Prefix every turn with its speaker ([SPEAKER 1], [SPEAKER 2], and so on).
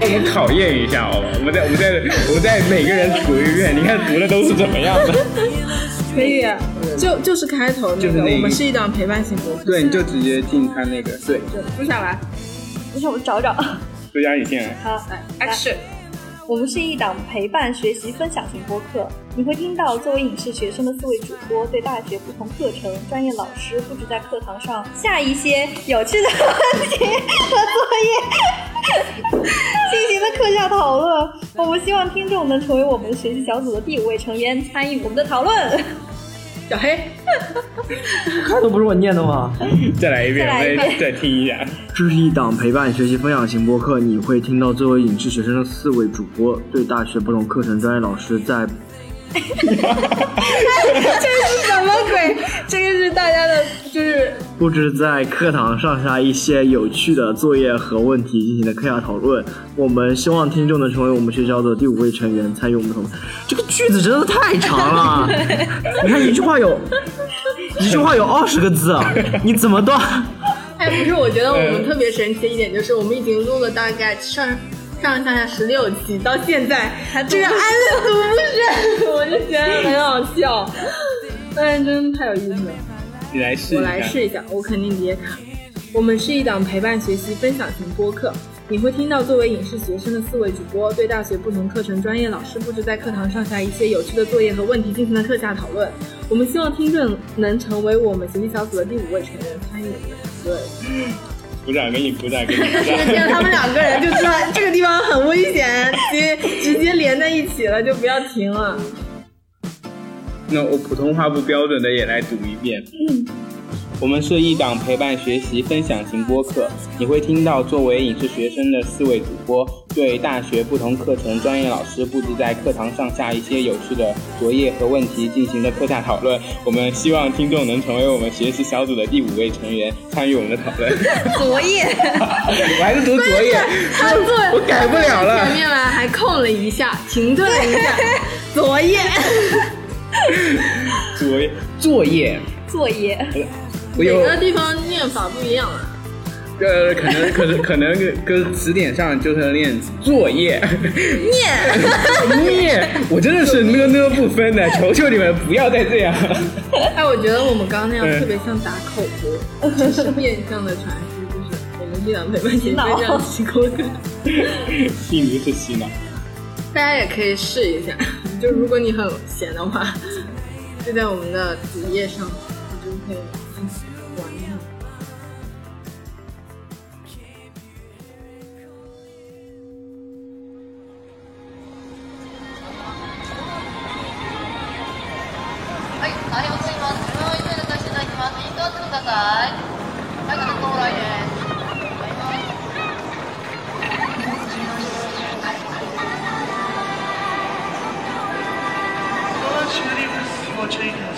[SPEAKER 1] 哎，考验一下好吧？我们在我们在我们在每个人读一遍，你看读的都是怎么样的？
[SPEAKER 2] 可以，啊就就是开头
[SPEAKER 1] 嗯就
[SPEAKER 2] 那
[SPEAKER 1] 是
[SPEAKER 2] 个，
[SPEAKER 1] 那一
[SPEAKER 2] 我们是一档陪伴型博客。
[SPEAKER 1] 对，你就直接进他那个对，
[SPEAKER 2] 录下来。
[SPEAKER 3] 不是我找找。
[SPEAKER 1] 周佳颖进来。
[SPEAKER 3] 好，
[SPEAKER 2] 来
[SPEAKER 3] 来
[SPEAKER 2] ，action。
[SPEAKER 3] 我们是一档陪伴、学习、分享型播客，你会听到作为影视学生的四位主播对大学不同课程、专业老师布置在课堂上下一些有趣的问题和作业，进行的课下讨论。我们希望听众能成为我们学习小组的第五位成员，参与我们的讨论。
[SPEAKER 2] 小黑，
[SPEAKER 4] 开头不是我念的吗？
[SPEAKER 1] 再来一遍，
[SPEAKER 3] 再来一
[SPEAKER 1] 我
[SPEAKER 3] 遍
[SPEAKER 1] 再再听一下。
[SPEAKER 4] 这是一档陪伴、学习、分享型播客，你会听到作为影视学生的四位主播对大学不同课程、专业老师在
[SPEAKER 2] 这是什么鬼？这个是大家的，就是
[SPEAKER 4] 布置在课堂上下一些有趣的作业和问题进行的课下讨论。我们希望听众能成为我们学校的第五位成员，参与我们的讨论。这个句子真的太长了，你看一句话有一句话有二十个字啊，你怎么断？
[SPEAKER 2] 哎，不是，我觉得我们特别神奇的一点就是，我们已经录了大概上上上下下十六期，到现在这个安乐读不 深，我就觉得很好笑，但是真的太有意思了。
[SPEAKER 1] 你来试一
[SPEAKER 2] 我
[SPEAKER 1] 下。
[SPEAKER 2] 来试一下，我肯定别卡。我们是一档陪伴学习、分享型播客，你会听到作为影视学生的四位主播对大学不同课程、专业老师布置在课堂上下一些有趣的作业和问题进行的课下讨论。我们希望听众能成为我们学习小组的第五位成员，参与我们的讨论。
[SPEAKER 1] 鼓掌，给你鼓掌，给你鼓
[SPEAKER 2] 这
[SPEAKER 1] 掌。
[SPEAKER 2] 样他们两个人就知道这个地方很危险，直接直接连在一起了，就不要停了。
[SPEAKER 1] 那我普通话不标准的也来读一遍。我们是一档陪伴学习、分享型播客，你会听到作为影视学生的四位主播对大学不同课程、专业老师布置在课堂上下一些有趣的作业和问题进行的课下讨论。我们希望听众能成为我们学习小组的第五位成员，参与我们的讨 论。
[SPEAKER 3] 昨夜，
[SPEAKER 1] 我还是读作业，
[SPEAKER 2] 他做
[SPEAKER 1] 我改不了了
[SPEAKER 2] 前。面来还空了一下，停顿了一 下，昨夜。
[SPEAKER 1] 作业，作业，
[SPEAKER 3] 昨夜，
[SPEAKER 1] 我
[SPEAKER 2] 每
[SPEAKER 1] 有
[SPEAKER 2] 个地方念法不一样啊。
[SPEAKER 1] 呃，可能可能可能跟词典上就是念作业，念 念，我真的是呢呢不分的，求求你们不要再这样。
[SPEAKER 2] 哎，我觉得我们刚刚那
[SPEAKER 1] 嗯
[SPEAKER 2] 样特别像打口播，就是变相的传输，就是我们这档陪伴型非常奇怪。
[SPEAKER 1] 病毒是洗脑，
[SPEAKER 2] 大家也可以试一下，就如果你很闲的话， 就在我们的主页上，你就可以进行玩一下。
[SPEAKER 5] はい、おはようございます。自分を一人としていただきます。インドアしてください。はい、ご到来です。
[SPEAKER 6] God's universe watching us.